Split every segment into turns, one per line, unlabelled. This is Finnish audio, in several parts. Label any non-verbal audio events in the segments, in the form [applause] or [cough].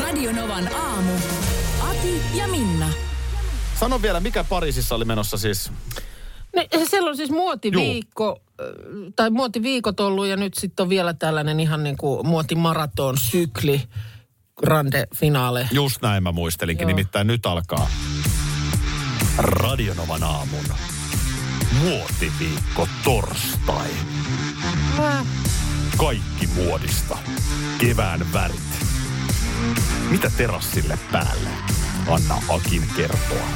Radionovan aamu. Ati ja Minna.
Sano vielä, mikä Pariisissa oli menossa siis?
No, siellä on siis muotiviikko, Juu. tai muotiviikot ollut ja nyt sitten on vielä tällainen ihan niin kuin muotimaraton sykli, grande finale.
Just näin mä muistelinkin,
Joo.
nimittäin nyt alkaa Radionovan aamun muotiviikko torstai.
Äh,
Kaikki muodista. Kevään värit. Mitä terassille päälle? Anna Akin kertoa.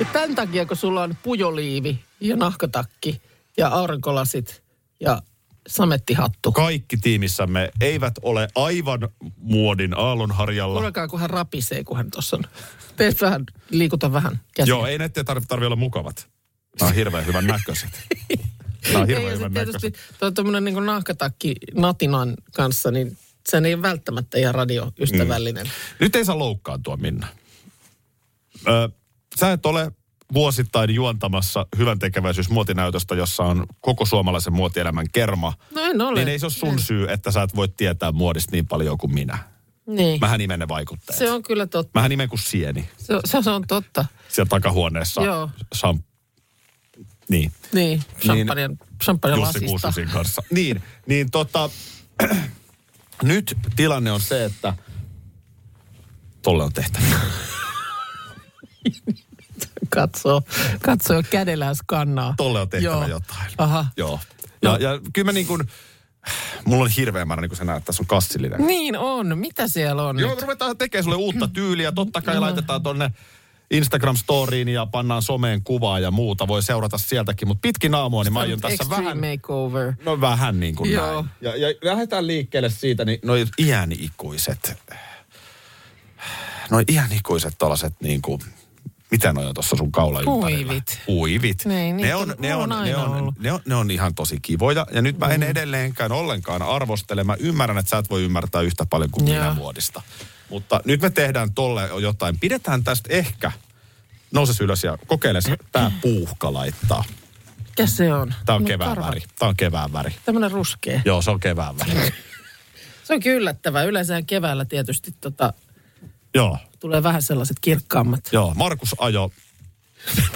Ja tämän takia, kun sulla on pujoliivi ja nahkatakki ja aurinkolasit ja samettihattu.
Kaikki tiimissämme eivät ole aivan muodin aallonharjalla.
Kuulekaa, kun hän rapisee, kun hän tuossa on. Tee vähän, liikuta vähän käsiä.
Joo, ei näiden tarvitse tarvi olla mukavat. Nämä on hirveän hyvän näköiset. Nämä on hirveän
Ei, ja
hyvän
sitten
näköiset.
tietysti tuo tämmöinen niin nahkatakki natinan kanssa, niin se ei ole välttämättä ihan radioystävällinen. Mm.
Nyt ei saa loukkaantua, Minna. Ö, sä et ole vuosittain juontamassa hyvän tekeväisyysmuotinäytöstä, jossa on koko suomalaisen muotielämän kerma.
No en ole.
Niin ei se ole sun syy, että sä et voi tietää muodista niin paljon kuin minä.
Niin.
Mähän imen ne vaikutteet.
Se on kyllä totta.
Mähän imen kuin sieni
Se, on- se, on- se on totta.
siellä takahuoneessa.
Joo.
Sam... Niin.
Niin, champagne, champagne
Jussi
lasista.
Kuususin kanssa. Niin, niin tota, [clears throat] nyt tilanne on se, että tolle on tehtävä.
Katsoo, katsoo kädellään skannaa.
Tolle on tehtävä Joo. jotain.
Aha.
Joo. Ja, no. ja kyllä mä niin kuin, mulla on hirveä määrä, niin kuin sä näet, tässä on kassillinen.
Niin on. Mitä siellä on
Joo,
nyt?
me ruvetaan tekemään sulle uutta tyyliä. Totta kai laitetaan tonne Instagram-storiin ja pannaan someen kuvaa ja muuta. Voi seurata sieltäkin, mutta pitkin aamua, niin mä aion tässä
Extreme
vähän...
makeover.
No vähän niin kuin
Joo.
näin. Ja, ja lähdetään liikkeelle siitä, niin noi iän ikuiset, noi iän ikuiset tällaiset niin kuin, mitä noi on tuossa sun kaula ympärillä?
Uivit.
Uivit.
Niin, niitä on-
ne,
on
on, ne,
aina
on,
ollut. Mm.
ne, on, ne on ihan tosi kivoja. Ja nyt mä en edelleenkään ollenkaan arvostele. Mä ymmärrän, että sä et voi ymmärtää yhtä paljon kuin minä
Joo.
muodista. Mutta nyt me tehdään tolle jotain. Pidetään tästä ehkä. Nouse ylös ja kokeile se. Tää puuhka laittaa.
Mikä se on?
Tää on
Mun
kevään
karvat.
väri. Tää on kevään väri.
Tämmöinen ruskea.
Joo, se on kevään väri.
Se on kyllä yllättävää. Yleensä keväällä tietysti tota,
joo,
tulee vähän sellaiset kirkkaammat.
joo. Markus ajo
[laughs]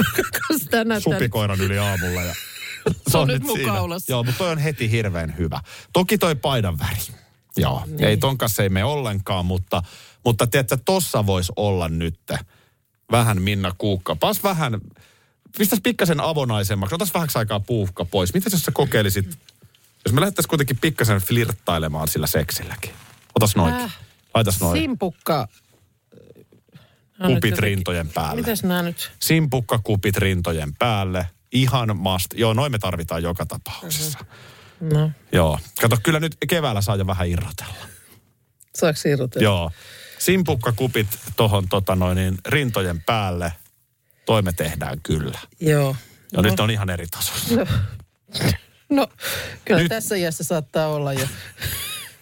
Koska tää näyttää nyt-
supikoiran yli aamulla ja
[laughs] Se on nyt mun kaulassa.
Joo, mutta toi on heti hirveän hyvä. Toki toi paidan väri. Joo, niin. ei ton kanssa ei mene ollenkaan, mutta, mutta tiedätkö, tossa voisi olla nyt vähän Minna Kuukka. Pas vähän, pistäis pikkasen avonaisemmaksi, otas vähäksi aikaa puuhka pois. Mitä jos sä kokeilisit, jos me lähdettäisiin kuitenkin pikkasen flirttailemaan sillä seksilläkin. Otas noin.
Äh.
Laitas noin.
Simpukka. No nyt
Kupit
jotenkin-
rintojen päälle.
Mitäs nämä nyt?
simpukkakupit rintojen päälle. Ihan must. Joo, noin me tarvitaan joka tapauksessa.
No,
Joo. Kato, kyllä nyt keväällä saa jo vähän irrotella.
saako siirrytellä?
Joo. Simpukkakupit tohon tota noin, niin, rintojen päälle. Toi me tehdään kyllä.
Joo.
Ja no. nyt on ihan eri tasossa.
No, kyllä
Nyt-
nyt. tässä iässä saattaa olla jo.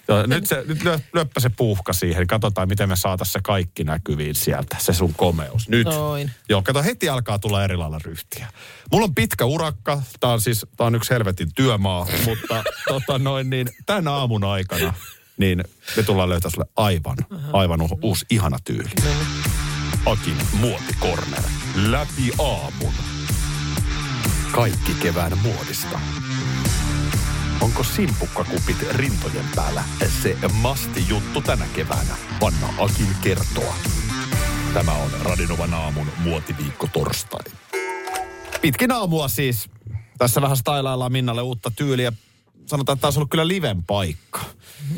Joo, nyt se, nyt lyö, lyöppä se puuhka siihen. Katsotaan, miten me saataisiin se kaikki näkyviin sieltä. Se sun komeus. Nyt.
Noin.
Joo, kato, heti alkaa tulla eri lailla ryhtiä. Mulla on pitkä urakka. Tää on siis, tää on yksi helvetin työmaa. Mutta tota noin, niin tän aamun aikana, niin me tullaan löytää sulle aivan, aivan u- uusi ihana tyyli. Akin muotikorner. Läpi aamun. Kaikki kevään muodista. Onko simpukkakupit rintojen päällä se masti juttu tänä keväänä? Vanna Akin kertoa. Tämä on Radinovan aamun muotiviikko torstai. Pitkin aamua siis. Tässä vähän stylaillaan Minnalle uutta tyyliä. Sanotaan, että tämä olisi ollut kyllä liven paikka.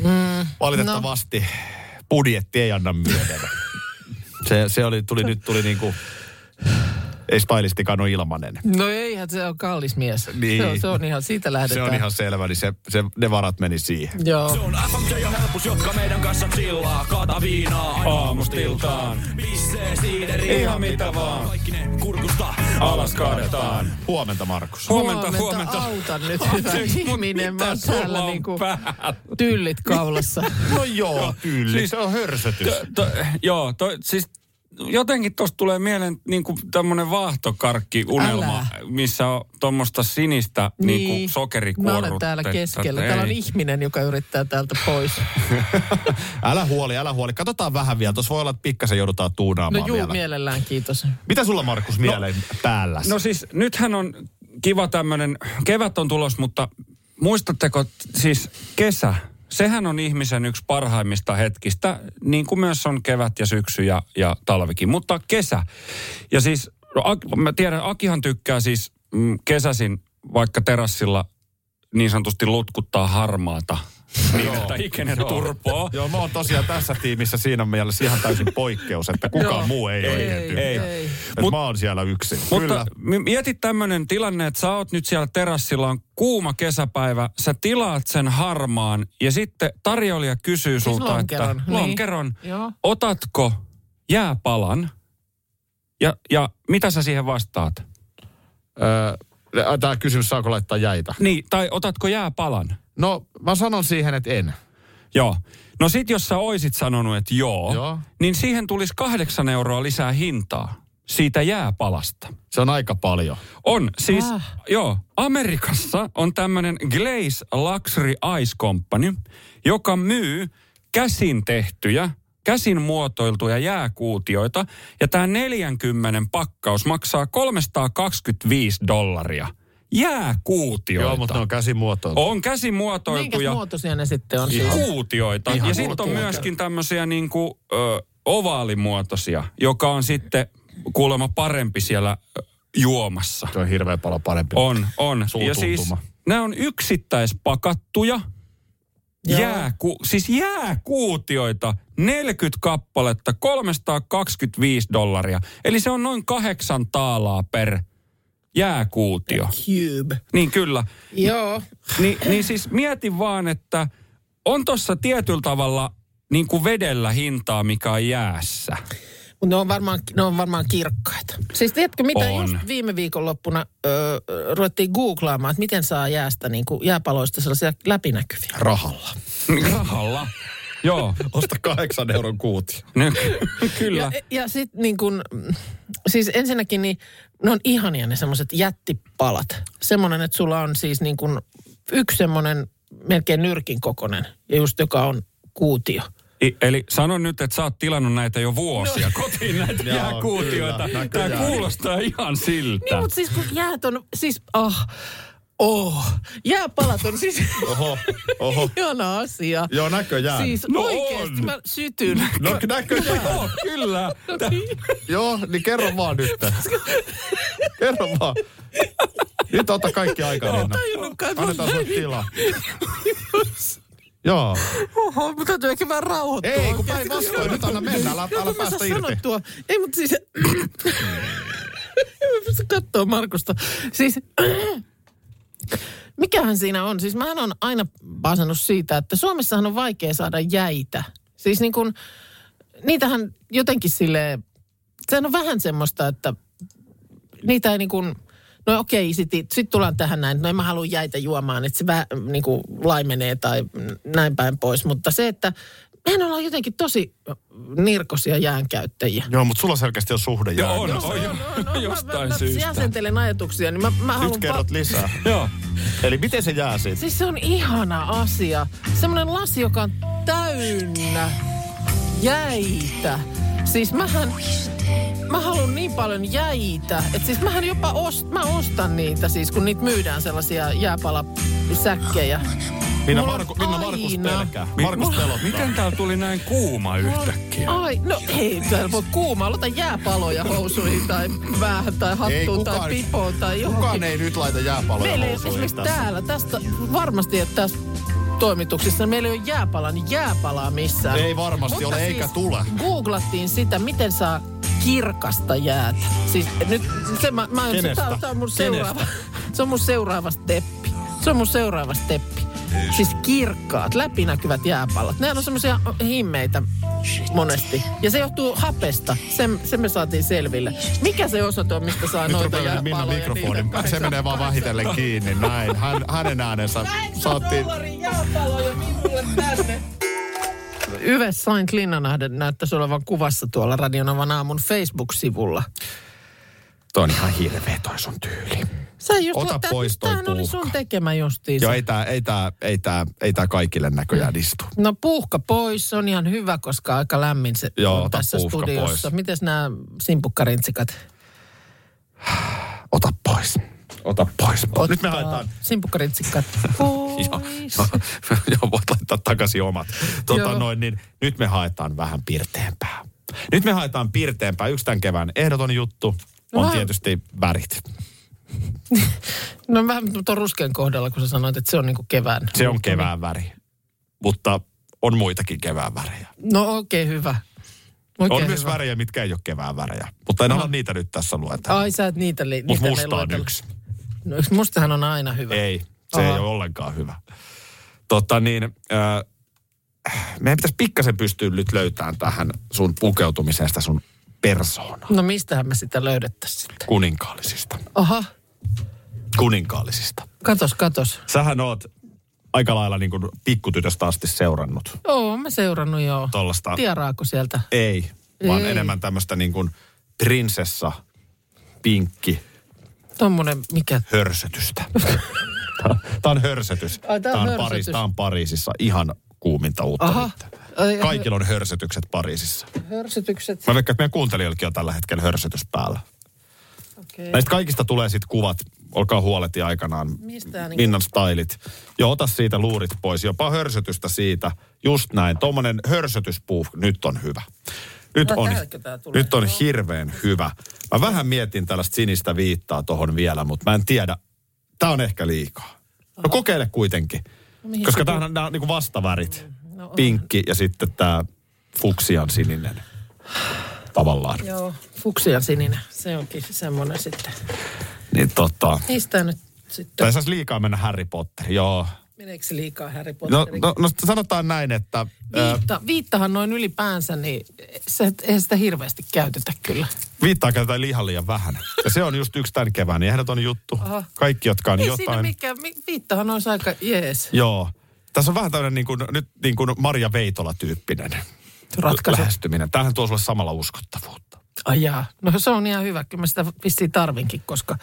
Mm, Valitettavasti no. budjetti ei anna myöden. se, se oli, tuli, nyt tuli niinku ei stylistikaan ole ilmanen.
No eihän se on kallis mies.
Niin.
Se, on, se on ihan, siitä
Se
lähdetään.
on ihan selvä, niin se, se, ne varat meni siihen.
Joo.
Se on FMJ ja helpus, jotka meidän kanssa chillaa. Kaata viinaa aina aamustiltaan. Pissee siideri,
Ihan mitä vaan.
Kaikki ne kurkusta
Alas kaadetaan. Huomenta Markus.
Huomenta, huomenta.
Auta nyt, hyvä ihminen. Mä oon täällä niinku tyllit kaulassa.
No joo, tyyli. Siis se on hörsötys.
To, joo, to, siis jotenkin tuosta tulee mieleen niin kuin tämmöinen vaahtokarkkiunelma,
Älä.
missä on tuommoista sinistä niin. niin
Mä
sokerikuorrutetta.
olen täällä keskellä. Täällä on
Ei.
ihminen, joka yrittää täältä pois.
Älä huoli, älä huoli. Katsotaan vähän vielä. Tuossa voi olla, että pikkasen joudutaan tuunaamaan
No juu,
vielä.
mielellään, kiitos.
Mitä sulla Markus mieleen päällä?
No siis nythän on kiva tämmöinen, kevät on tulos, mutta muistatteko t- siis kesä? Sehän on ihmisen yksi parhaimmista hetkistä, niin kuin myös on kevät ja syksy ja, ja talvikin, mutta kesä. Ja siis, no, Ak- mä tiedän, Akihan tykkää siis mm, kesäsin vaikka terassilla niin sanotusti lutkuttaa harmaata. Niin, että ikinä turpoa.
Joo, mä oon tosiaan tässä tiimissä siinä mielessä ihan täysin poikkeus, että kukaan muu ei, ei oikein tykkää.
ei.
Ei. Mut, mä oon siellä yksin. Kyllä.
Mutta mi- mieti tämmöinen tilanne, että sä oot nyt siellä terassilla, on kuuma kesäpäivä, sä tilaat sen harmaan ja sitten tarjoilija kysyy
Siis
sulta,
lonkeron,
että
niin.
lonkeron,
Joo.
otatko jääpalan ja, ja mitä sä siihen vastaat?
Öö, Tämä kysymys, saako laittaa jäitä?
Niin, tai otatko jääpalan?
No, mä sanon siihen, että en.
Joo. No sit jos sä oisit sanonut, että joo,
Joo.
niin siihen tulisi kahdeksan euroa lisää hintaa siitä jääpalasta.
Se on aika paljon.
On, siis
Ah.
ah. joo, Amerikassa on tämmöinen Glaze Luxury Ice Company, joka myy käsin tehtyjä, käsin muotoiltuja jääkuutioita. Ja tämä 40 pakkaus maksaa 325 dollaria. Jääkuutioita.
Joo, mutta ne on käsimuotoiltu.
on käsin
Minkä
muotoiltuja
muotoisia ne sitten on? siis?
kuutioita.
Ihan
ja sitten on
kuutioita.
myöskin tämmöisiä niin kuin, ö, ovaalimuotoisia, joka on sitten kuulemma parempi siellä ö, juomassa.
Se on hirveän paljon parempi.
On, on. Ja
Suutuntuma.
siis nämä on yksittäispakattuja,
Joo.
jääku, siis jääkuutioita, 40 kappaletta, 325 dollaria. Eli se on noin kahdeksan taalaa per jääkuutio.
Cube.
Niin kyllä.
Joo.
Ni, niin siis mieti vaan, että on tuossa tietyllä tavalla niin kuin vedellä hintaa, mikä on jäässä.
Mut Ne on, varmaan, ne on varmaan kirkkaita. Siis tiedätkö, mitä
On.
on. just viime viikonloppuna öö, ruvettiin googlaamaan, että miten saa jäästä, niin kuin jääpaloista sellaisia läpinäkyviä.
Rahalla.
Rahalla. Joo,
Osta kahdeksan euron kuutio.
no, [laughs] kyllä.
Ja, ja sitten niin kuin, siis ensinnäkin niin, ne on ihania ne semmoiset jättipalat. Semmoinen, että sulla on siis niin kuin yksi semmoinen melkein nyrkin kokonen, ja just joka on kuutio.
I, eli sano nyt, että sä oot tilannut näitä jo vuosia no. kotiin näitä
Joo,
jääkuutioita.
kyllä,
Tämä
näköjään.
kuulostaa ihan siltä.
Niin, mutta siis kun jäät on, siis ah, oh, jääpalat on siis [laughs]
Oho, oho.
ihana asia.
Joo, näköjään.
Siis
No
no oikeesti
on.
mä sytyn.
No näköjään.
Joo, kyllä.
Joo, niin kerro vaan nyt. Kerro vaan. Nyt ota kaikki aikaa, Linna.
Tajunnutkaan, että mä
Annetaan sulle
olen-
tilaa. Joo.
Oho, mutta täytyy ehkä vähän rauhoittua.
Ei, kun
oikeesti, koska-
päinvastoin. Nyt anna mennä. Älä,
Joo,
älä
kun mä
päästä
saan
irti. Mm.
sanottua. Ei, mutta siis... En [laughs] mä pysty katsoa Markusta. Siis... Mikähän siinä on? Siis mähän on aina paasannut siitä, että Suomessahan on vaikea saada jäitä. Siis niin kun, niitähän jotenkin silleen, sehän on vähän semmoista, että niitä ei niin kuin, no okei, sitten sit tullaan tähän näin, että no en mä halua jäitä juomaan, että se vähän niin kuin laimenee tai näin päin pois. Mutta se, että mehän ollaan jotenkin tosi nirkosia jäänkäyttäjiä. No,
Joo, mutta sulla selkeästi on suhde
Joo,
jäänyt.
on, on, on,
mä,
jostain
mä
syystä.
jäsentelen ajatuksia, niin mä, mä haluan...
Nyt kerrot lisää.
Joo.
Eli miten se jää siitä?
Siis se on ihana asia. Semmoinen lasi, joka on täynnä jäitä. Siis mähän, mä haluan niin paljon jäitä, että siis mähän jopa ost, mä ostan niitä siis, kun niitä myydään sellaisia jääpalasäkkejä.
Minna,
Mulla on
Marku, Minna Markus
aina.
pelkää. Markus pelottaa.
Miten täällä tuli näin kuuma yhtäkkiä?
Ai, no ei, täällä voi kuumaa, ota jääpaloja housuihin tai päähän tai
Ei
hattuun
kukaan-
tai pipoon tai johonkin.
Kukaan ei nyt laita jääpaloja
Meillä ei
housuihin
esimerkiksi
tässä.
täällä, tästä varmasti, että tässä toimituksessa meillä ei ole jääpala, niin jääpalaa missään.
siis- Ei varmasti ole, eikä tule.
Googlattiin sitä, miten saa kirkasta jäätä. Siis nyt se mä, mä aion,
Kenestä?
tää, tää on mun
Kenestä?
seuraava, se on mun seuraava steppi. Se on mun seuraava steppi. Siis kirkkaat, läpinäkyvät jääpallot. Nehän on semmoisia himmeitä monesti. Ja se johtuu hapesta. Se, se me saatiin selville. Mikä se osoite on, mistä saa
Nyt
noita
rupeaa Minna
jääpalloja?
mikrofonin.
Niitä
Se menee vaan vähitellen kiinni. Näin. Hän, hänen äänensä saatiin.
Yve Saint Linnanahden näyttäisi olevan kuvassa tuolla Radionavan aamun Facebook-sivulla.
Toi on ihan hirveä toi sun tyyli.
Sä just
Ota
tää-
pois toi
Tämähän oli sun
puuhka.
tekemä justiinsa.
Joo, ei tää, ei tää, ei tää, ei tää kaikille näköjään istu.
No puuhka pois, se on ihan hyvä, koska aika lämmin se
Joo,
on
ota
tässä
puuhka
studiossa.
pois.
Mites nämä simpukkarintsikat?
Ota pois. Ota pois. Ota. Nyt me
Ottaa
haetaan. [laughs]
Simpukkarintsikat pois.
Joo, joo, voit laittaa takaisin omat. Tota
Joo.
noin, niin nyt me haetaan vähän pirteämpää. Nyt me haetaan pirteämpää. Yksi tämän kevään ehdoton juttu on
vähän-
tietysti värit.
no vähän tuon ruskean kohdalla, kun sä sanoit, että se on niinku kevään.
Se on kevään väri, mutta on muitakin kevään värejä.
No okei, okay, hyvä. Oikein
on myös
hyvä.
värejä, mitkä ei ole kevään värejä, mutta en ala niitä nyt tässä luetella.
Ai sä et niitä li-
Mutta
niitä ei
musta on
luetella.
yksi.
No, mustahan on aina hyvä.
Ei, se
Aha.
ei ole ollenkaan hyvä. Totta niin, äh, meidän pitäisi pikkasen pystyä nyt löytämään tähän sun pukeutumisesta sun persoonaa.
No mistähän me sitä löydettäisiin sitten?
Kuninkaallisista.
Aha,
Kuninkaallisista.
katos, katos.
Sähän oot aika lailla niin kuin pikkutytöstä asti seurannut
Oo, mä seurannut joo.
tollasta.
Tieraako sieltä?
Ei, vaan
Ei.
enemmän tämmöistä niin kuin prinsessa, pinkki,
Tommonen, mikä? [laughs]
hörsötystä. Tämä on hörsötys.
Ai, tää on
Tää Pari,
hörsötys.
tää on Pariisissa ihan kuuminta uutta.
Aha.
nyt.
Ai,
Kaikilla on hörsötykset Pariisissa.
Hörsytykset.
Mä veikkaan, että meidän kuuntelijoillakin on tällä hetkellä hörsötys päällä.
Okei.
Näistä kaikista tulee sitten kuvat. Olkaa huoleti aikanaan.
Mistä ainakin?
Minnan stylit. Joo, ota siitä luurit pois. Jopa hörsötystä siitä. Just näin. Tuommoinen hörsötyspuu nyt on hyvä. Nyt
Tää-
on,
täälläkö tää tulee?
nyt on hirveän hyvä. Mä vähän mietin tällaista sinistä viittaa tohon vielä, mutta mä en tiedä. Tää on ehkä liikaa. No kokeile kuitenkin.
No mihin
Koska
se-
tämähän on, nää on niinku vastavärit.
no on.
Pinkki ja sitten tämä fuksian
[sighs]
sininen. Tavallaan.
Joo, fuksian sininen. Se onkin semmonen sitten.
Niin tota.
Niistä nyt sitten.
Tai saisi liikaa mennä Harry Potter, joo.
Meneekö se liikaa Harry
No,
Potterin?
no, no sanotaan näin, että... ö,
Viitta, viittahan noin ylipäänsä, niin se, eihän sitä hirveästi käytetä kyllä.
viittaa käytetään liian liian vähän. Ja se on just yksi tämän kevään ehdoton juttu.
Aha.
Kaikki, jotka on
Ei siinä
jotain...
mikään, mi- viittahan olisi aika jees
Joo. Tässä on vähän tämmöinen niin kuin, nyt niin kuin Marja Veitola-tyyppinen
ratkaisu.
lähestyminen. Tämähän tuo sulle samalla uskottavuutta.
Ajaa. No se on ihan hyvä, kyllä mä sitä vissiin tarvinkin, koska...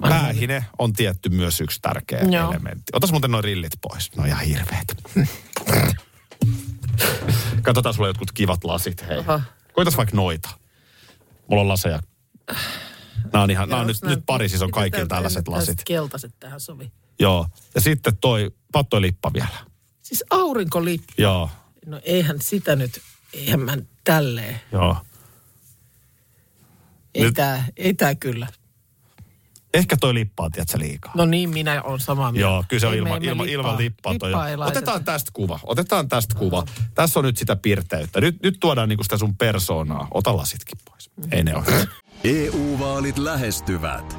Päähine on tietty myös yksi tärkeä
Joo.
elementti. Otas muuten noin rillit pois. No ihan hirveet. Katsotaan sulle jotkut kivat lasit, hei.
Aha.
Koitas vaikka noita. Mulla on laseja. Nämä on ihan, nämä on nyt, nyt Pariisissa on kaikilla
Mitä
tällaiset
tällaiset
lasit.
Keltaiset tähän sovi.
Joo. Ja sitten toi, pattoi lippa vielä.
Siis aurinkolippu.
Joo,
No eihän sitä nyt, eihän mä tälleen.
joo.
Ei
Nyt-
tää, ei tää kyllä.
Ehkä toi lippaa, tiedätkö liikaa.
No niin, minä olen samaa mieltä.
Joo, kyllä se on
Ei me-
ilman,
emme
ilman, ilman lippaa. Toi
lippaa ei
on.
laiteta.
Otetaan tästä kuva, otetaan tästä kuva. Tässä on nyt sitä pirteyttä. Nyt, nyt tuodaan niinku sitä sun persoonaa. Ota lasitkin pois. Ei ne ole.
[coughs]
EU-vaalit E lähestyvät.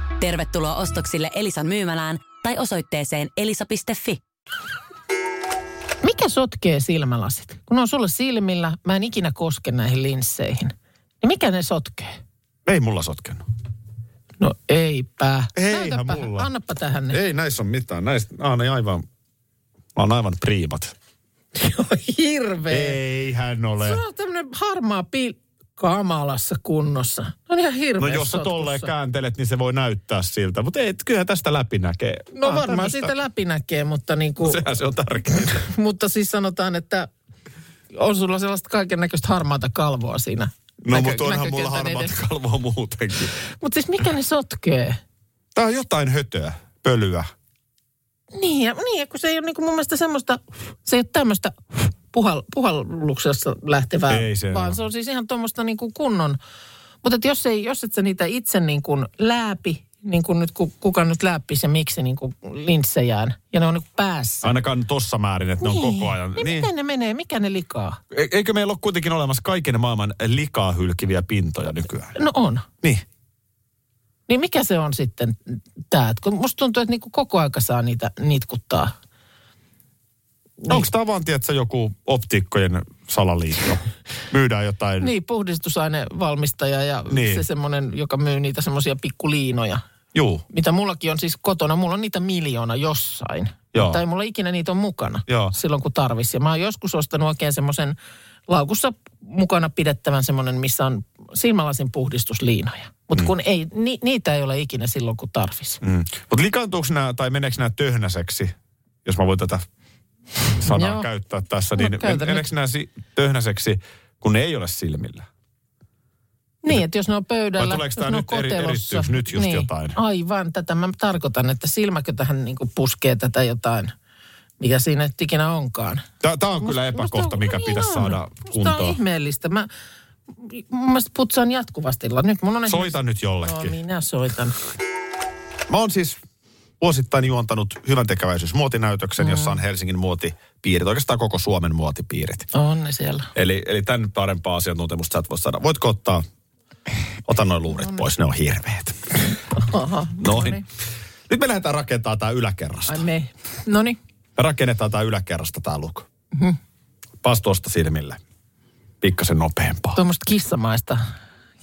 Tervetuloa ostoksille Elisan myymälään tai osoitteeseen elisa.fi.
Mikä sotkee silmälasit? Kun ne on sulla silmillä, mä en ikinä koske näihin linsseihin. Niin mikä ne sotkee?
Ei mulla sotkenut.
No eipä.
Eihän
Näytäpä,
mulla.
Annappa tähän. Niin.
Ei näissä ole mitään. Näistä nämä on aivan, nämä on aivan priimat.
No Hirveä.
Eihän ole. No
Sulla on tämmöinen harmaa piil... Kamalassa kunnossa. No ihan hirveä
No jos sä tolleen kääntelet, niin se voi näyttää siltä. Mutta ei, kyllähän tästä läpi näkee.
No varmaan siitä läpi näkee, mutta, niin kuin,
Sehän se on tärkeintä.
[laughs] mutta siis sanotaan, että on sulla sellaista kaiken näköistä harmaata kalvoa siinä.
No
näkö-
mutta onhan mulla
näkökentän
harmaata
edessä.
kalvoa muutenkin.
Mutta siis mikä ne sotkee?
Tää on jotain hötöä, pölyä.
Niin, ja- niin ja kun se ei ole niin kuin mun mielestä semmoista, se ei ole tämmöistä puhal, puhalluksessa lähtevää,
Ei se
vaan
ole.
se on siis ihan tuommoista niin kuin kunnon. Mutta et jos, ei, jos et sä niitä itse niin kuin lääpi, niin kuin nyt ku- kuka nyt läppi se miksi niin kuin linssejään, ja ne on niin kuin päässä.
Ainakaan tossa määrin, että No, ne on
Niin.
koko ajan.
Niin, niin. miten ne menee, mikä ne likaa?
E- Eikö meillä ole kuitenkin olemassa kaiken maailman likaa hylkiviä pintoja nykyään?
No on.
Niin.
Niin mikä se on sitten tämä? Kun musta tuntuu, että niinku koko aika saa niitä nitkuttaa.
niin. Onko tämä vaan, tiedätkö, joku optiikkojen salaliitto? Myydään jotain.
Niin, puhdistusainevalmistaja ja
Mm. Niin.
niin. se semmoinen, joka myy niitä semmoisia pikkuliinoja.
Juu.
Mitä mullakin on siis kotona, mulla on niitä miljoona jossain.
Joo.
Mutta ei mulla ikinä niitä on mukana
Joo.
silloin kun tarvisi. Ja mä oon joskus ostanut oikein semmoisen laukussa mukana pidettävän semmoinen, missä on silmälasin puhdistusliinoja. Mutta kun ei, ni, niitä ei ole ikinä silloin kun tarvisi.
Mm. Mutta likaantuuko nämä, tai meneekö nämä töhnäseksi, jos mä voin tätä sanaa
Joo.
käyttää tässä,
No,
niin
käytä
men-
nyt.
meneekö nämä si- töhnäseksi, kun ne ei ole silmillä?
Niin, että jos ne on pöydällä,
Vai tuleeko
jos
tää
ne on
nyt eri-
kotelossa.
erittyykö nyt just
niin.
jotain?
Aivan, tätä mä tarkoitan, että silmäkö tähän niinku puskee tätä jotain, mikä siinä nyt ikinä onkaan.
Tämä on kyllä
Musta-
epäkohta,
musta-
mikä
niin
pitäisi
on.
saada
Musta on
kuntoon.
ihmeellistä. Mä, mun mielestä putsaan jatkuvasti. la- Nyt mun on
Soita nyt
No
jollekin.
minä soitan.
Mä oon siis vuosittain juontanut hyvän tekeväisyysmuotinäytöksen, jossa on Helsingin muotipiirit, oikeastaan koko Suomen muotipiirit.
On ne siellä.
Eli, eli tämän parempaa asiantuntemusta sä et voi saada. Voitko ottaa, ota noin luurit pois, ne on hirveet.
Aha.
Noin. Nyt me lähdetään rakentamaan tämä yläkerrasta.
Ai me. No niin, Noniin.
Me rakennetaan tämä yläkerrasta tämä luku. Pas tuosta silmille. Pikkasen nopeampaa.
Tuommoista kissamaista.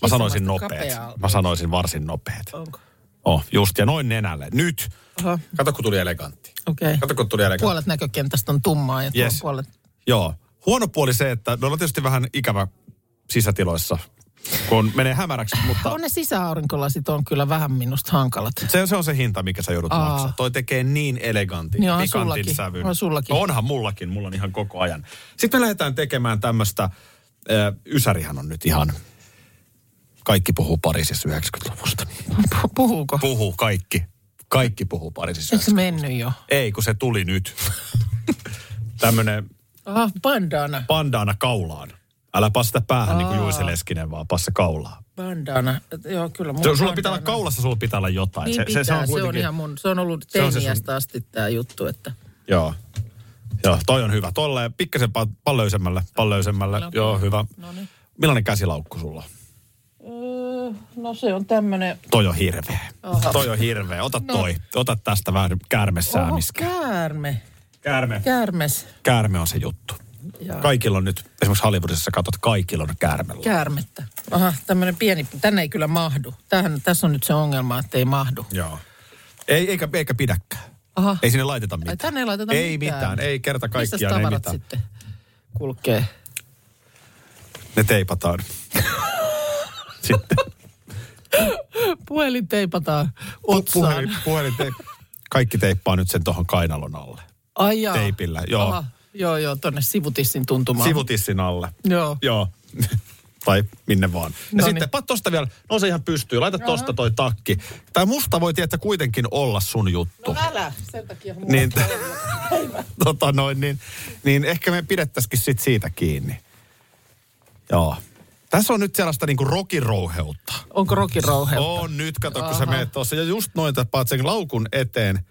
Mä sanoisin
kissamaista
nopeet.
kapeaa-
Mä sanoisin varsin nopeet.
Onko?
Oh, just. Ja noin nenälle. Nyt.
Aha,
Kato, kun tuli elegantti.
okei. Okay.
Kato, kun tuli elegantti.
Puolet näkökentästä on tummaa ja tuo
Yes.
puolet...
Joo. Huono puoli se, että me ollaan tietysti vähän ikävä sisätiloissa, kun menee hämäräksi, mutta
On ne sisäaurinkolasit on kyllä vähän minusta hankalat.
se, se on se hinta, mikä sä joudut
Aa.
maksamaan. Toi tekee niin elegantin,
Niin on
pikantin
sullakin.
sävyn.
On sullakin.
No onhan mullakin, mulla on ihan koko ajan. Sitten me lähdetään tekemään tämmöistä, Ysärihän on nyt ihan, kaikki puhuu Pariisissa 90-luvusta.
Pu- Puhuuko?
Puhuu kaikki. Kaikki puhuu Pariisissa
Eikö se
90-luvusta.
mennyt jo?
Ei, kun se tuli nyt. Tämmönen
Ah, bandana.
bandana kaulaan. Älä pasta päähän niin kuin Juise Leskinen, vaan passa kaulaan.
Bandana. Joo, kyllä. mun
Se, sulla pitää olla
bandana.
kaulassa, sulla pitää olla jotain.
Niin se, pitää, se, on, se on ihan mun, se on ollut
Se on se sun-
teiniästä asti tämä juttu, että
Joo. Joo, toi on hyvä. Tolleen pikkasen pa- paljon löysemmälle, paljon löysemmälle.
Paljon.
Joo, hyvä.
Noniin.
Millainen käsilaukku sulla on?
Öö, No se on tämmönen...
Toi on hirveä.
Aha.
Toi on hirveä. Ota toi. Ota tästä vähän
No. Oho,
käärmesäämiskä.
käärme.
Käärme.
Käärmes.
Käärme on se juttu.
Joo.
Kaikilla on nyt, esimerkiksi Hollywoodissa katsot, kaikilla on käärmellä.
Käärmettä. Aha, tämmönen pieni... Tänne ei kyllä mahdu. Tähän, tässä on nyt se ongelma, että ei mahdu.
Joo. Ei, eikä, eikä pidäkään.
Aha.
Ei sinne laiteta mitään.
Ai, tänne ei laiteta
ei mitään.
mitään.
Ei kerta
Mistäs
kaikkiaan, ei
tavarat
mitään.
sitten kulkee?
Ne
[laughs]
teipataan. Sitten
Puhelin teipataan
pu-
otsaan.
puhelin, puhelin teip- Kaikki teippaa nyt sen tuohon kainalon alle.
Ai jaa.
Teipillä, joo.
Aha, joo, joo, tonne sivutissin tuntumaan.
Sivutissin alle.
Joo.
Joo. [laughs] tai minne vaan. Ja
No
sitten,
niin.
pat tosta vielä, nouse ihan pystyy, laita tosta toi takki. Tämä musta voi tietää kuitenkin olla sun juttu.
No älä, sen takia mulla
Niin.
niin.
[laughs] tota noin, niin, niin ehkä me pidettäisikin sit siitä kiinni. Joo. Tässä on nyt sellaista niinku rokirouheutta.
Onko rokirouheutta?
On nyt, kato kun sä menet tuossa. Ja just noin tapaat sen laukun eteen,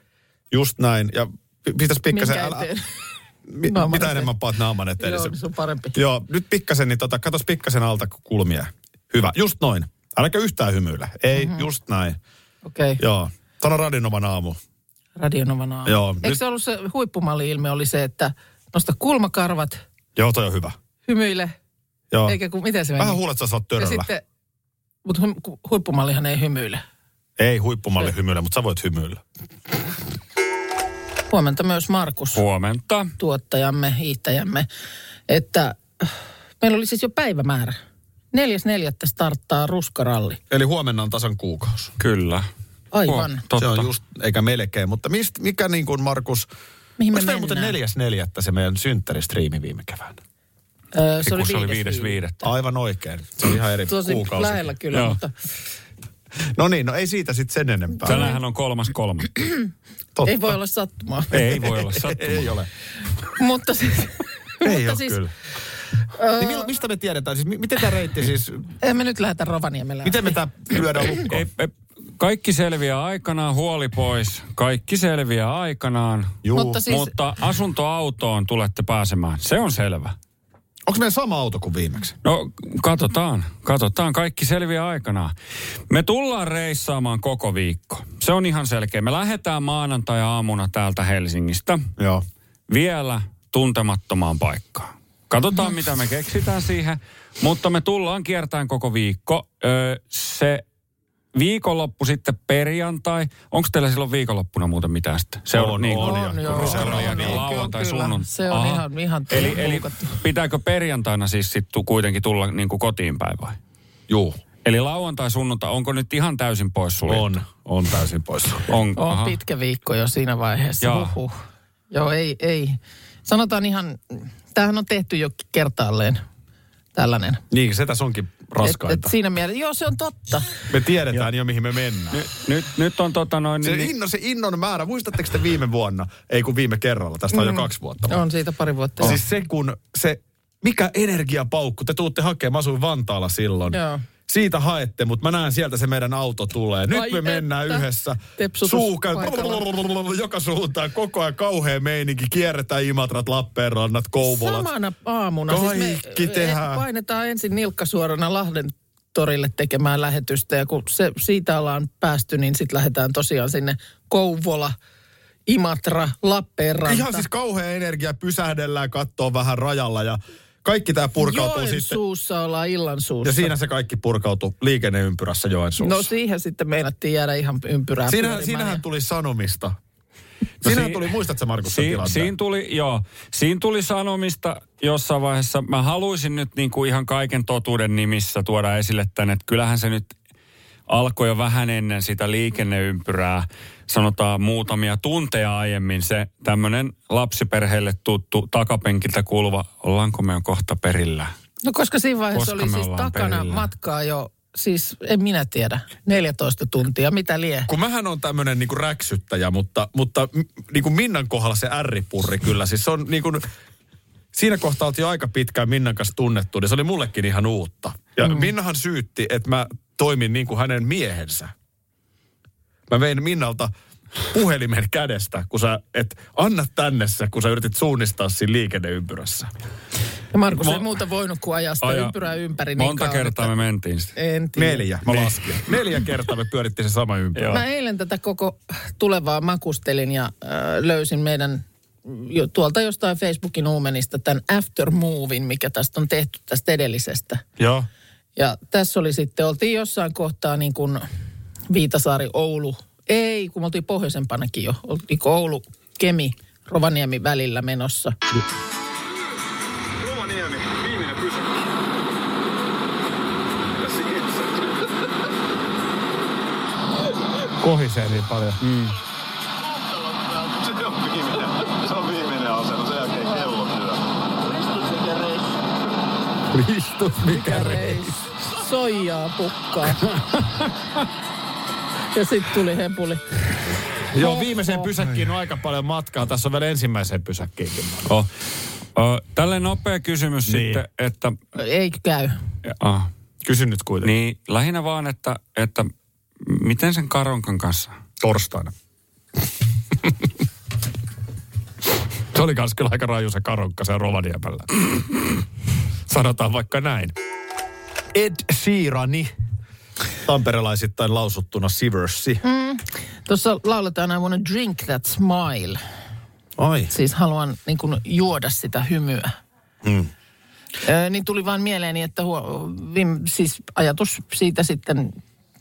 just näin. Ja pi- pitäis pikkasen...
Minkä
älä-
eteen?
Mi,
Naaman
mitä
eteen.
enemmän paat naaman eteen.
Joo,
niin
se on parempi.
Joo, nyt pikkasen, niin tota, katos pikkasen alta kulmia. Hyvä, just noin. Äläkä yhtään hymyillä. Ei,
Mhm.
mm-hmm. just näin.
Okei, okay.
Joo. Tämä on radinoman aamu.
radionovan aamu.
Joo,
Eikö
nyt-
se ollut se huippumalli-ilme oli se, että nosta kulmakarvat,
Joo, toi on hyvä.
hymyile,
Joo.
eikä kun, miten se meni?
Vähän huulet sä saat
ja
töröllä.
sitten Mutta huippumallihan ei hymyile.
Ei huippumalle hymyillä, mutta sä voit hymyillä.
Huomenta myös Markus,
Huomenta.
tuottajamme, hiihtäjämme, että äh, meillä oli siis jo päivämäärä. 4.4. starttaa ruskaralli.
Eli huomenna on tasan kuukausi.
Kyllä.
Aivan.
Huom-
Se
Totta.
on just, eikä melkein, mutta mist, mikä niin kuin Markus...
Mihin me
Oliko meillä muuten
mennään?
neljäs neljättä se meidän synttäristriimi viime keväänä?
Öö,
Ei, kun se oli viides viidettä.
Aivan oikein. Se oli ihan eri
Tosi
kuukausi.
lähellä kyllä,
Joo.
mutta
No niin, no ei siitä sitten sen enempää.
Tänäänhän on kolmas
[coughs]
kolme.
Totta.
ei voi olla sattumaa.
Ei voi olla sattuma.
ei ole.
[laughs] mutta
[laughs]
siis,
Ei
mutta
ole
siis
kyllä. Niin mil- mistä me tiedetään? Siis, mi- miten tämä reitti siis...
emme nyt lähetä Rovaniemelle.
Miten me tämä lyödään lukkoon?
Ei, ei, kaikki selviää aikanaan, huoli pois. Kaikki selviää aikanaan.
Juu.
Mutta siis-
Mutta asuntoautoon tulette pääsemään. Se on selvä.
Onko meillä sama auto kuin viimeksi?
No, katsotaan. Katsotaan. Kaikki selviää aikanaan. Me tullaan reissaamaan koko viikko. Se on ihan selkeä. Me lähdetään maanantai-aamuna täältä Helsingistä
Joo.
vielä tuntemattomaan paikkaan.
No.
Katsotaan, mitä me keksitään siihen. Mutta me tullaan kiertämään koko viikko. Öö, se viikonloppu sitten perjantai. Onko teillä silloin viikonloppuna muuten mitään sitten? Se
On,
niin,
on, ja-
joo.
kun seuraava
On,
niin
joo,
lauantai,
kyllä, kyllä.
sunnuntai.
Se on ihan- ihan
eli, eli
tuukattu.
pitääkö perjantaina siis sitten kuitenkin tulla niin kuin kotiin päin vai?
Juu.
Eli lauantai, sunnuntai, onko nyt ihan täysin pois suljettu?
On. On täysin pois.
on
On
aha.
pitkä viikko jo siinä vaiheessa.
Jaa.
Huhhuh. Joo, ei, ei. Sanotaan ihan, tämähän on tehty jo kertaalleen tällainen.
Niin, se tässä onkin raskaita.
Et, et siinä mielessä, joo se on totta.
Me tiedetään jo, mihin me mennään.
Niin,
Nyt, nyt, nyt on tota noin...
Se,
niin-
inno, se innon määrä, muistatteko te viime vuonna? Ei kun viime kerralla, tästä
Mm.
on jo kaksi vuotta.
on siitä pari vuotta. jo.
Siis se kun, se, mikä energiapaukku, te tuutte hakemaan, mä asuin Vantaalla silloin.
Joo.
Siitä haette, mutta mä näen sieltä se meidän auto tulee. Nyt
Ai
me mennään
että.
yhdessä.
Tepsutus
Suuka,
paikalla.
[laughs] joka suuntaan, koko ajan kauhea meininki. Kierretään Imatrat, Lappeenrannat, Kouvolat.
Samana aamuna.
Kaikki
siis me
tehdään.
eh, painetaan ensin nilkkasuorana Lahden torille tekemään lähetystä ja kun se, siitä ollaan päästy, niin sitten lähdetään tosiaan sinne Kouvola, Imatra, Lappeenranta.
Ihan siis kauhea energia, pysähdellään, kattoo vähän rajalla ja kaikki tämä purkautuu
Joen
sitten.
suussa ollaan illan suussa.
Ja siinä se kaikki purkautui liikenneympyrässä Joensuussa.
No siihen sitten meinattiin jäädä ihan ympyrää.
Siinähän,
pyörimään.
siinähän tuli sanomista. siinähän
no si-
tuli, muistatko Markus sen
Si-
tilanteen?
siinä tuli, joo, siinä tuli sanomista jossain vaiheessa. Mä haluaisin nyt niin kuin ihan kaiken totuuden nimissä tuoda esille tänne, että kyllähän se nyt alkoi jo vähän ennen sitä liikenneympyrää, sanotaan muutamia tunteja aiemmin, se tämmöinen lapsiperheelle tuttu takapenkiltä kuuluva, ollaanko me jo kohta perillä?
No koska siinä vaiheessa
Koska
oli
me
siis
ollaan
takana
perillä?
matkaa jo, siis en minä tiedä, 14 tuntia, mitä lie.
Kun mähän on tämmöinen niinku räksyttäjä, mutta, mutta m- niinku Minnan kohdalla se ärripurri kyllä. Siis se on niinku, siinä kohtaa oltiin jo aika pitkään Minnan kanssa tunnettu, niin se oli mullekin ihan uutta. Ja mm. Minnahan syytti, että mä toimin niin kuin hänen miehensä. Mä vein Minnalta puhelimen kädestä, kun sä, et anna tänne se, kun sä yritit suunnistaa siinä liikenneympyrässä.
Ja Markus
Mo-
ei muuta voinut kuin ajaa sitä
Aja-
ympyrää ympäri. niin
Monta
kauan,
kertaa me
että-
mentiin sitä.
En tiedä.
Neljä, Niin. mä laskin. Neljä kertaa me pyörittiin se sama ympyrä.
Joo.
Mä eilen tätä koko tulevaa makustelin ja äh, löysin meidän jo, tuolta jostain Facebookin uumenista tämän After Movin, mikä tästä on tehty tästä edellisestä.
Joo.
Ja tässä oli sitten, oltiin jossain kohtaa niin kuin Viitasaari, Oulu. Ei, kun me oltiin pohjoisempanakin jo. Oltiin Oulu, Kemi, Rovaniemi välillä menossa.
Rovaniemi, viimeinen pysäkki. Ja siihen se.
Kohisee niin paljon.
Se on viimeinen. Se on viimeinen asema, sen jälkeen kello syö.
Kristus, mikä
Soijaa pukkaa. ja sitten tuli hepuli.
Joo, viimeiseen pysäkkiin on aika paljon matkaa. Tässä on vielä ensimmäiseen pysäkkiinkin.
Oh. Ö, Tälle nopea kysymys niin.
Niin.
sitten, että...
Ei käy.
Ah,
Kysy nyt kuitenkin. Niin.
Niin, lähinnä vaan, että, että miten sen karonkan kanssa?
Torstaina. se oli kans kyllä aika raju se karonkka se Rovaniemellä. Sanotaan vaikka näin. Ed Sheerani. Tamperelaisittain lausuttuna Siversi. Mm.
Tuossa lauletaan I wanna drink that smile.
Ai.
Siis haluan niin kuin, juoda sitä hymyä. Ö, niin tuli vaan mieleeni, että huo, viime, siis ajatus siitä sitten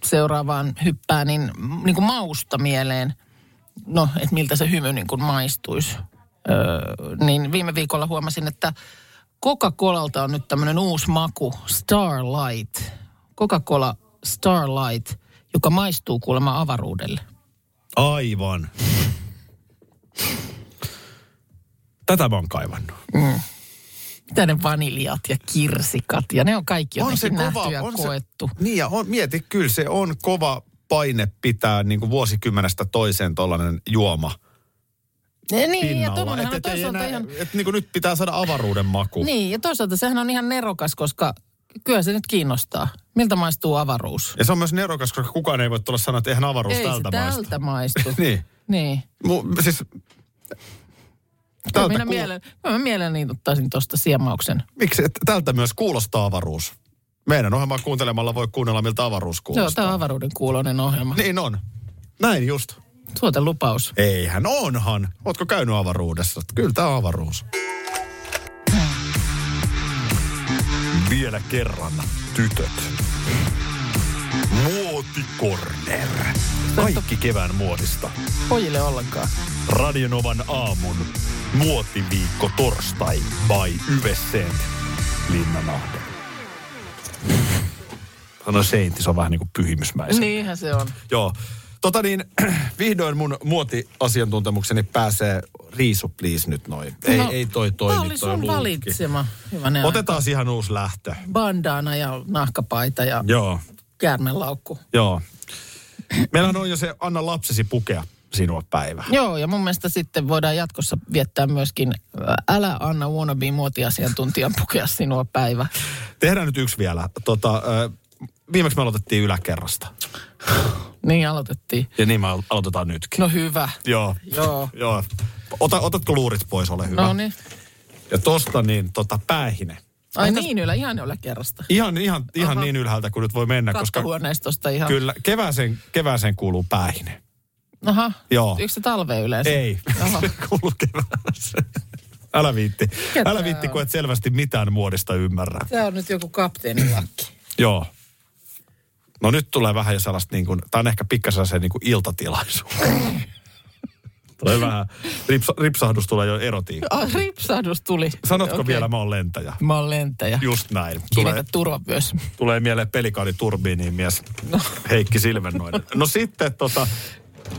seuraavaan hyppää, niin, niin kuin mausta mieleen, no, että miltä se hymy niin kuin maistuisi. Öö, niin viime viikolla huomasin, että Coca-Colalta on nyt tämmöinen uusi maku, Starlight. Coca-Cola Starlight, joka maistuu kuulemma avaruudelle.
Aivan. Tätä mä oon kaivannut.
Mitä ne vaniljat ja kirsikat ja ne on kaikki jotenkin nähty ja koettu.
Se, niin ja on, mieti, kyllä se on kova paine pitää niin kuin vuosikymmenestä toiseen tollainen juoma
Se, niin, ja
pinnalla.
tuommoinenhan on
et, et, ei
toisaalta
enää,
ihan...
et, niin kuin nyt pitää saada avaruuden maku.
Niin, ja toisaalta sehän on ihan nerokas, koska kyllä se nyt kiinnostaa. Miltä maistuu avaruus?
Ja se on myös nerokas, koska kukaan ei voi tulla sanoa, että eihän avaruus
Ei
tältä
se
maistu.
tältä maistu.
[laughs] Niin.
niin.
Mu, siis,
Kyllä
tältä
minä,
kuul...
mielen, minä mielelläni ottaisin tuosta siemauksen.
Miksi? Et, tältä myös kuulostaa avaruus. Meidän ohjelmaa kuuntelemalla voi kuunnella, miltä avaruus
Joo,
kuulostaa.
tämä on avaruuden kuuloinen ohjelma. Niin.
Niin on. Näin just.
Tuote lupaus.
Eihän onhan. Ootko käynyt avaruudessa? Kyllä tämä on avaruus. Vielä kerran, tytöt. Muotikorner. Kaikki kevään muodista.
Pojille ollenkaan.
Radionovan aamun muotiviikko torstai by Yvesent Linnanahde. Sano seinti, se on vähän niin kuin pyhimysmäisen.
Niinhän se on.
Joo. Tota niin, [clears throat] vihdoin mun muotiasiantuntemukseni pääsee riisu please nyt noin. Ei,
No,
ei toi
Tämä
toimi,
oli
toi
sun
luukki.
valitsema. Hyvä
Otetaan ihan uusi lähtö.
Bandana ja nahkapaita ja
Joo,
käärmenlaukku.
joo. Meillähän on jo se anna lapsesi pukea sinua päivä.
Joo, ja mun mielestä sitten voidaan jatkossa viettää myöskin ää, Älä anna wannabe muotiasiantuntijan [laughs] pukea sinua päivä.
Tehdään nyt yksi vielä. Tota, ö, viimeksi me aloitettiin yläkerrasta.
Niin aloitettiin.
Ja niin me al- aloitetaan nytkin.
No hyvä.
Joo.
Joo.
Joo. Ota, otatko luurit pois, ole hyvä.
No niin.
Ja tosta niin tota, päähine.
Ai niin ylä, ihan ylä kerrasta.
Ihan, ihan, ihan niin ylhäältä kuin nyt voi mennä, koska
Kattohuoneistosta ihan.
Kyllä, kevääseen, kevääseen kuuluu päihine.
Aha.
Joo.
Yksi se talve yleensä?
Ei,
Aha.
se [laughs] kuuluu kevääseen. Älä viitti.
Ketä
Älä viitti,
on?
kun et selvästi mitään muodista ymmärrä.
Tämä on nyt joku kapteenilakki.
Joo. No nyt tulee vähän jo sellaista, niin kuin, tämä on ehkä pikkasen se niin kuin
[laughs]
iltatilaisuus. tulee vähän, ripsa, ripsahdus tulee jo erotiikka.
[clears throat] Ah, ripsahdus tuli.
Sanotko
Okei.
vielä, mä oon lentäjä?
Mä oon lentäjä.
Just näin. Tulee,
Kiinnitä turva myös.
tulee mieleen pelikaani turbiiniin mies no. Heikki Silvennoinen. No sitten tota,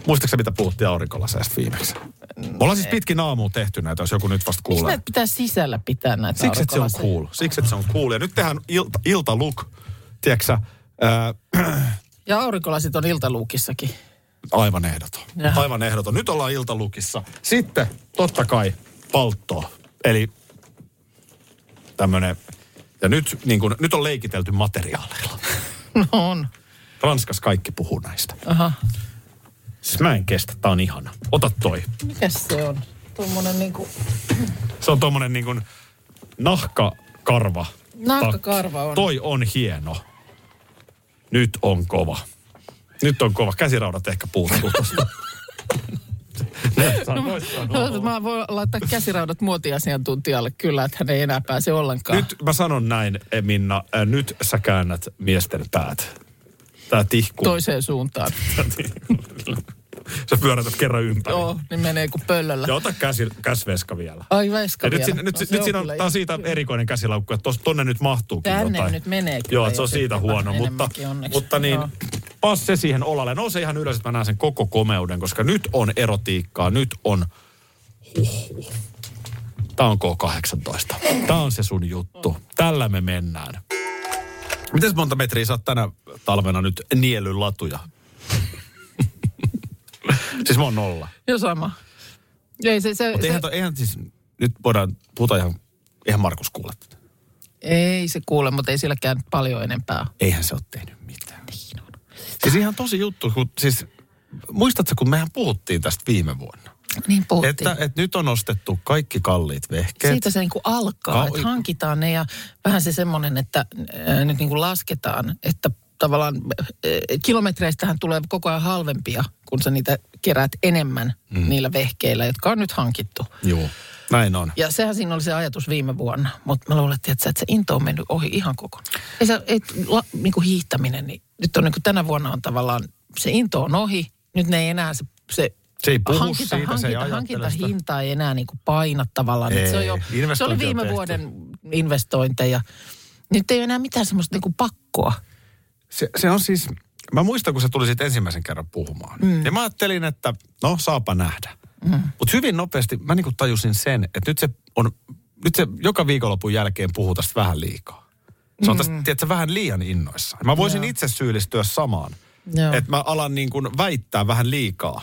muistatko sä, mitä puhuttiin aurinkolaseesta viimeksi?
Mm,
Me ollaan siis pitkin aamua tehty näitä, jos joku nyt vasta
Miksi
kuulee.
näitä pitää sisällä pitää näitä
Siksi, että se on
aurinkolaseja?
cool. Siksi, että se on cool. Ja nyt tehdään ilta, iltaluk, äh, tiedätkö ää,
Ja aurinkolasit on iltaluukissakin.
aivan ehdoton.
Jaha.
Aivan ehdoton. Nyt ollaan iltalukissa. Sitten totta kai palttoa. Eli tämmönen, ja nyt, niin kun, nyt on leikitelty materiaaleilla.
[laughs] No on.
Ranskassa kaikki puhuu näistä.
Aha.
Siis mä en kestä, tää on ihana. Ota toi.
Mikäs se on? Tuommoinen niinku...
Se on tommonen niin kuin nahkakarva.
Nahkakarva
takki.
on.
Toi on hieno. Nyt on kova. Nyt on kova. Käsiraudat ehkä puuttuu tosta.
[laughs] No, mä voin laittaa käsiraudat muotiasiantuntijalle kyllä, että hän ei enää pääse ollenkaan.
Nyt mä sanon näin, Minna. äh, Nyt sä käännät miesten päät. Tää tihkuu.
Toiseen suuntaan.
Sä pyörätät kerran ympäri.
Joo, niin menee kuin pöllöllä.
Ja ota käsi, käsveska vielä.
Ai
Ja
veska
nyt,
vielä.
siinä, nyt,
No, se
nyt
on
siinä on,
kyllä
tää on siitä erikoinen käsilaukku, että tos, tonne nyt mahtuukin
Tänne
jotain.
nyt menee kyllä
Joo, että se
jo
on siitä
sitten
huono,
vähän
mutta,
enemmänkin onneksi.
mutta niin,
Joo.
pas se siihen olalle. Nouse ihan ylös, että mä näen sen koko komeuden, koska nyt on erotiikkaa, nyt on... Huhhuh. Tää on K18. Tää on se sun juttu. Tällä me mennään. Mites monta metriä sä oot tänä talvena nyt nielyn latuja? [laughs] siis mä oon nolla.
Joo, sama. Ei, se, se,
Mutta
se,
eihän, to, eihän siis, nyt voidaan puhuta ihan, eihän Markus kuule. tätä.
ei se kuule, mutta ei silläkään paljon enempää. ole.
Eihän se ole tehnyt mitään. Niin on. Siis ihan tosi juttu, kun siis, muistatko kun mehän puhuttiin tästä viime vuonna?
Niin puhuttiin.
Että, että nyt on ostettu kaikki kalliit vehkeet.
Siitä se niin kuin alkaa,
Kau-
että hankitaan ne ja vähän se semmoinen, että äh, nyt niin kuin lasketaan, että tavallaan äh, kilometreistähän tulee koko ajan halvempia, kun sä niitä keräät enemmän mm. niillä vehkeillä, jotka on nyt hankittu.
Joo. Näin on.
Ja sehän siinä oli se ajatus viime vuonna, mutta mä luulettiin, että, sä- että se into on mennyt ohi ihan kokonaan. Ei se, ei, la, niin kuin hiihtäminen, niin nyt on niin kuin tänä vuonna on tavallaan, se into on ohi, nyt ne ei enää se, se
Se ei puhu
hankinta,
siitä,
hankinta,
se ei
hankinta
ajattele sitä.
hinta ei enää niin kuin paina tavallaan. Ei, se, on
Ei,
jo, se
investointi
oli
on
viime
tehty.
vuoden investointeja. Nyt ei ole enää mitään semmoista niin kuin pakkoa.
Se, se on siis, mä muistan kun sä tulisit ensimmäisen kerran puhumaan. Mm. Ja mä ajattelin, että no saapa nähdä. Mm. Mutta hyvin nopeasti mä niinku tajusin sen, että nyt se on, nyt se joka viikonlopun jälkeen puhuu tästä vähän liikaa. Se on tästä, mm. tiedätkö, vähän liian innoissaan. Mä voisin
Joo.
itse syyllistyä samaan.
Joo.
Että mä alan niin kuin väittää vähän liikaa.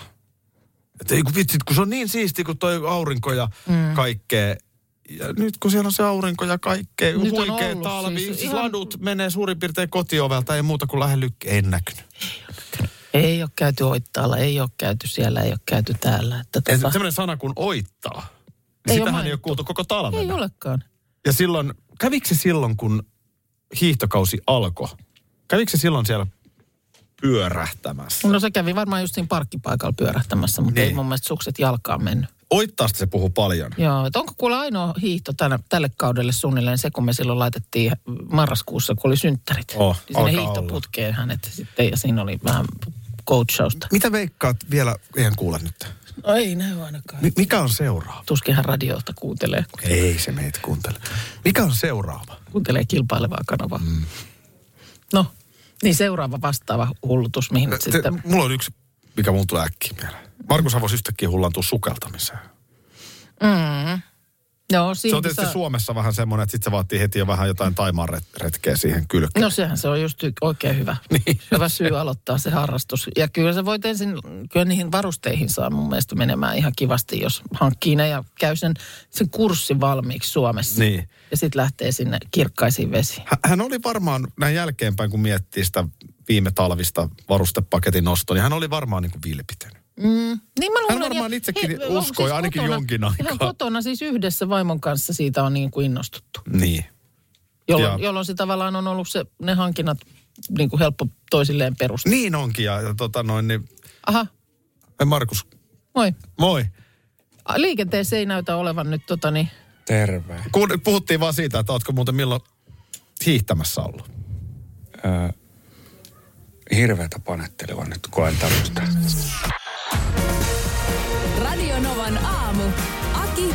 Että ei kun vitsit, kun se on niin siisti, kun toi aurinko ja mm. kaikkea. Ja nyt kun siellä on se aurinko ja kaikkea,
Nyt on
huikea
ollut
talvi,
siis
siis
ihan-
ladut menee suurin piirtein kotiovelta, ei muuta kuin lähde lykki. En näkynyt.
Ei ole käyty Oittaalla, ei ole käyty siellä, ei ole käyty täällä. Että
Ja
tota,
Sellainen sana kuin oittaa. niin
Ei ole
Sitähän ei ole
mainittu.
kuultu koko
ei
talvena.
olekaan.
Ja silloin, kävikö se silloin, kun hiihtokausi alkoi? Kävikö se silloin siellä pyörähtämässä?
No se kävi varmaan just siinä parkkipaikalla pyörähtämässä, mutta
Niin.
ei mun mielestä sukset jalkaan mennyt.
Oittaasta se puhuu paljon.
Joo, että onko kuule ainoa hiihto tänä, tälle kaudelle suunnilleen se, kun me silloin laitettiin marraskuussa, kun oli synttärit.
Oh,
niin sinne
alkaa
hiihtoputkeen hänet sitten ja siinä oli vähän coachausta.
Mitä veikkaat vielä, en kuule nyt.
No ei näy ainakaan.
Mi- mikä on seuraava?
Tuskin hän radiolta kuuntelee,
Ei se meitä kuuntele. Mikä on seuraava?
kuuntelee kilpailevaa kanavaa. Mm. No, niin seuraava vastaava hullutus, mihin nyt
Te,
sitten...
mulla on yksi, mikä mun tulee äkkiä mieleen. Markus voisi yhtäkkiä hullantua sukeltamiseen.
Mm. Joo,
Se on
siihenkin
tietysti
saa-
Suomessa vähän semmoinen, että sitten se vaatii heti jo vähän jotain taimaan ret- retkeä siihen kylkeen.
No sehän se on just y- oikein
[laughs]
hyvä. Niin. Hyvä syy aloittaa se harrastus. Ja kyllä sä voit ensin, kyllä niihin varusteihin saa mun mielestä menemään ihan kivasti, jos hankkii ne ja käy sen, sen kurssin valmiiksi Suomessa.
Niin.
Ja sitten lähtee sinne kirkkaisiin vesiin.
Hä- Hän oli varmaan, näin jälkeenpäin kun miettii sitä viime talvista varustepaketin nostoa, niin hän oli varmaan niin kuin vilpitön.
Niin mä luulen,
varmaan
ja-
itsekin
hei, on
uskoi ainakin jonkin aikaa.
Ihan kotona siis yhdessä vaimon kanssa siitä on niin kuin innostuttu.
Niin.
Jolloin,
Ja-
jolloin se tavallaan on ollut se, ne hankinnat niin kuin helppo toisilleen perustaa.
Niin onkin ja, ja tota noin, niin,
Aha,
Hei, Markus,
moi.
moi.
A, Liikenteessä ei näytä olevan nyt tota niin,
Terve.
Kun puhuttiin vaan siitä, että ootko muuten milloin hiihtämässä ollut.
Hirveätä panettelua nyt koen tämmöistä.
Radio Novan aamu. Aki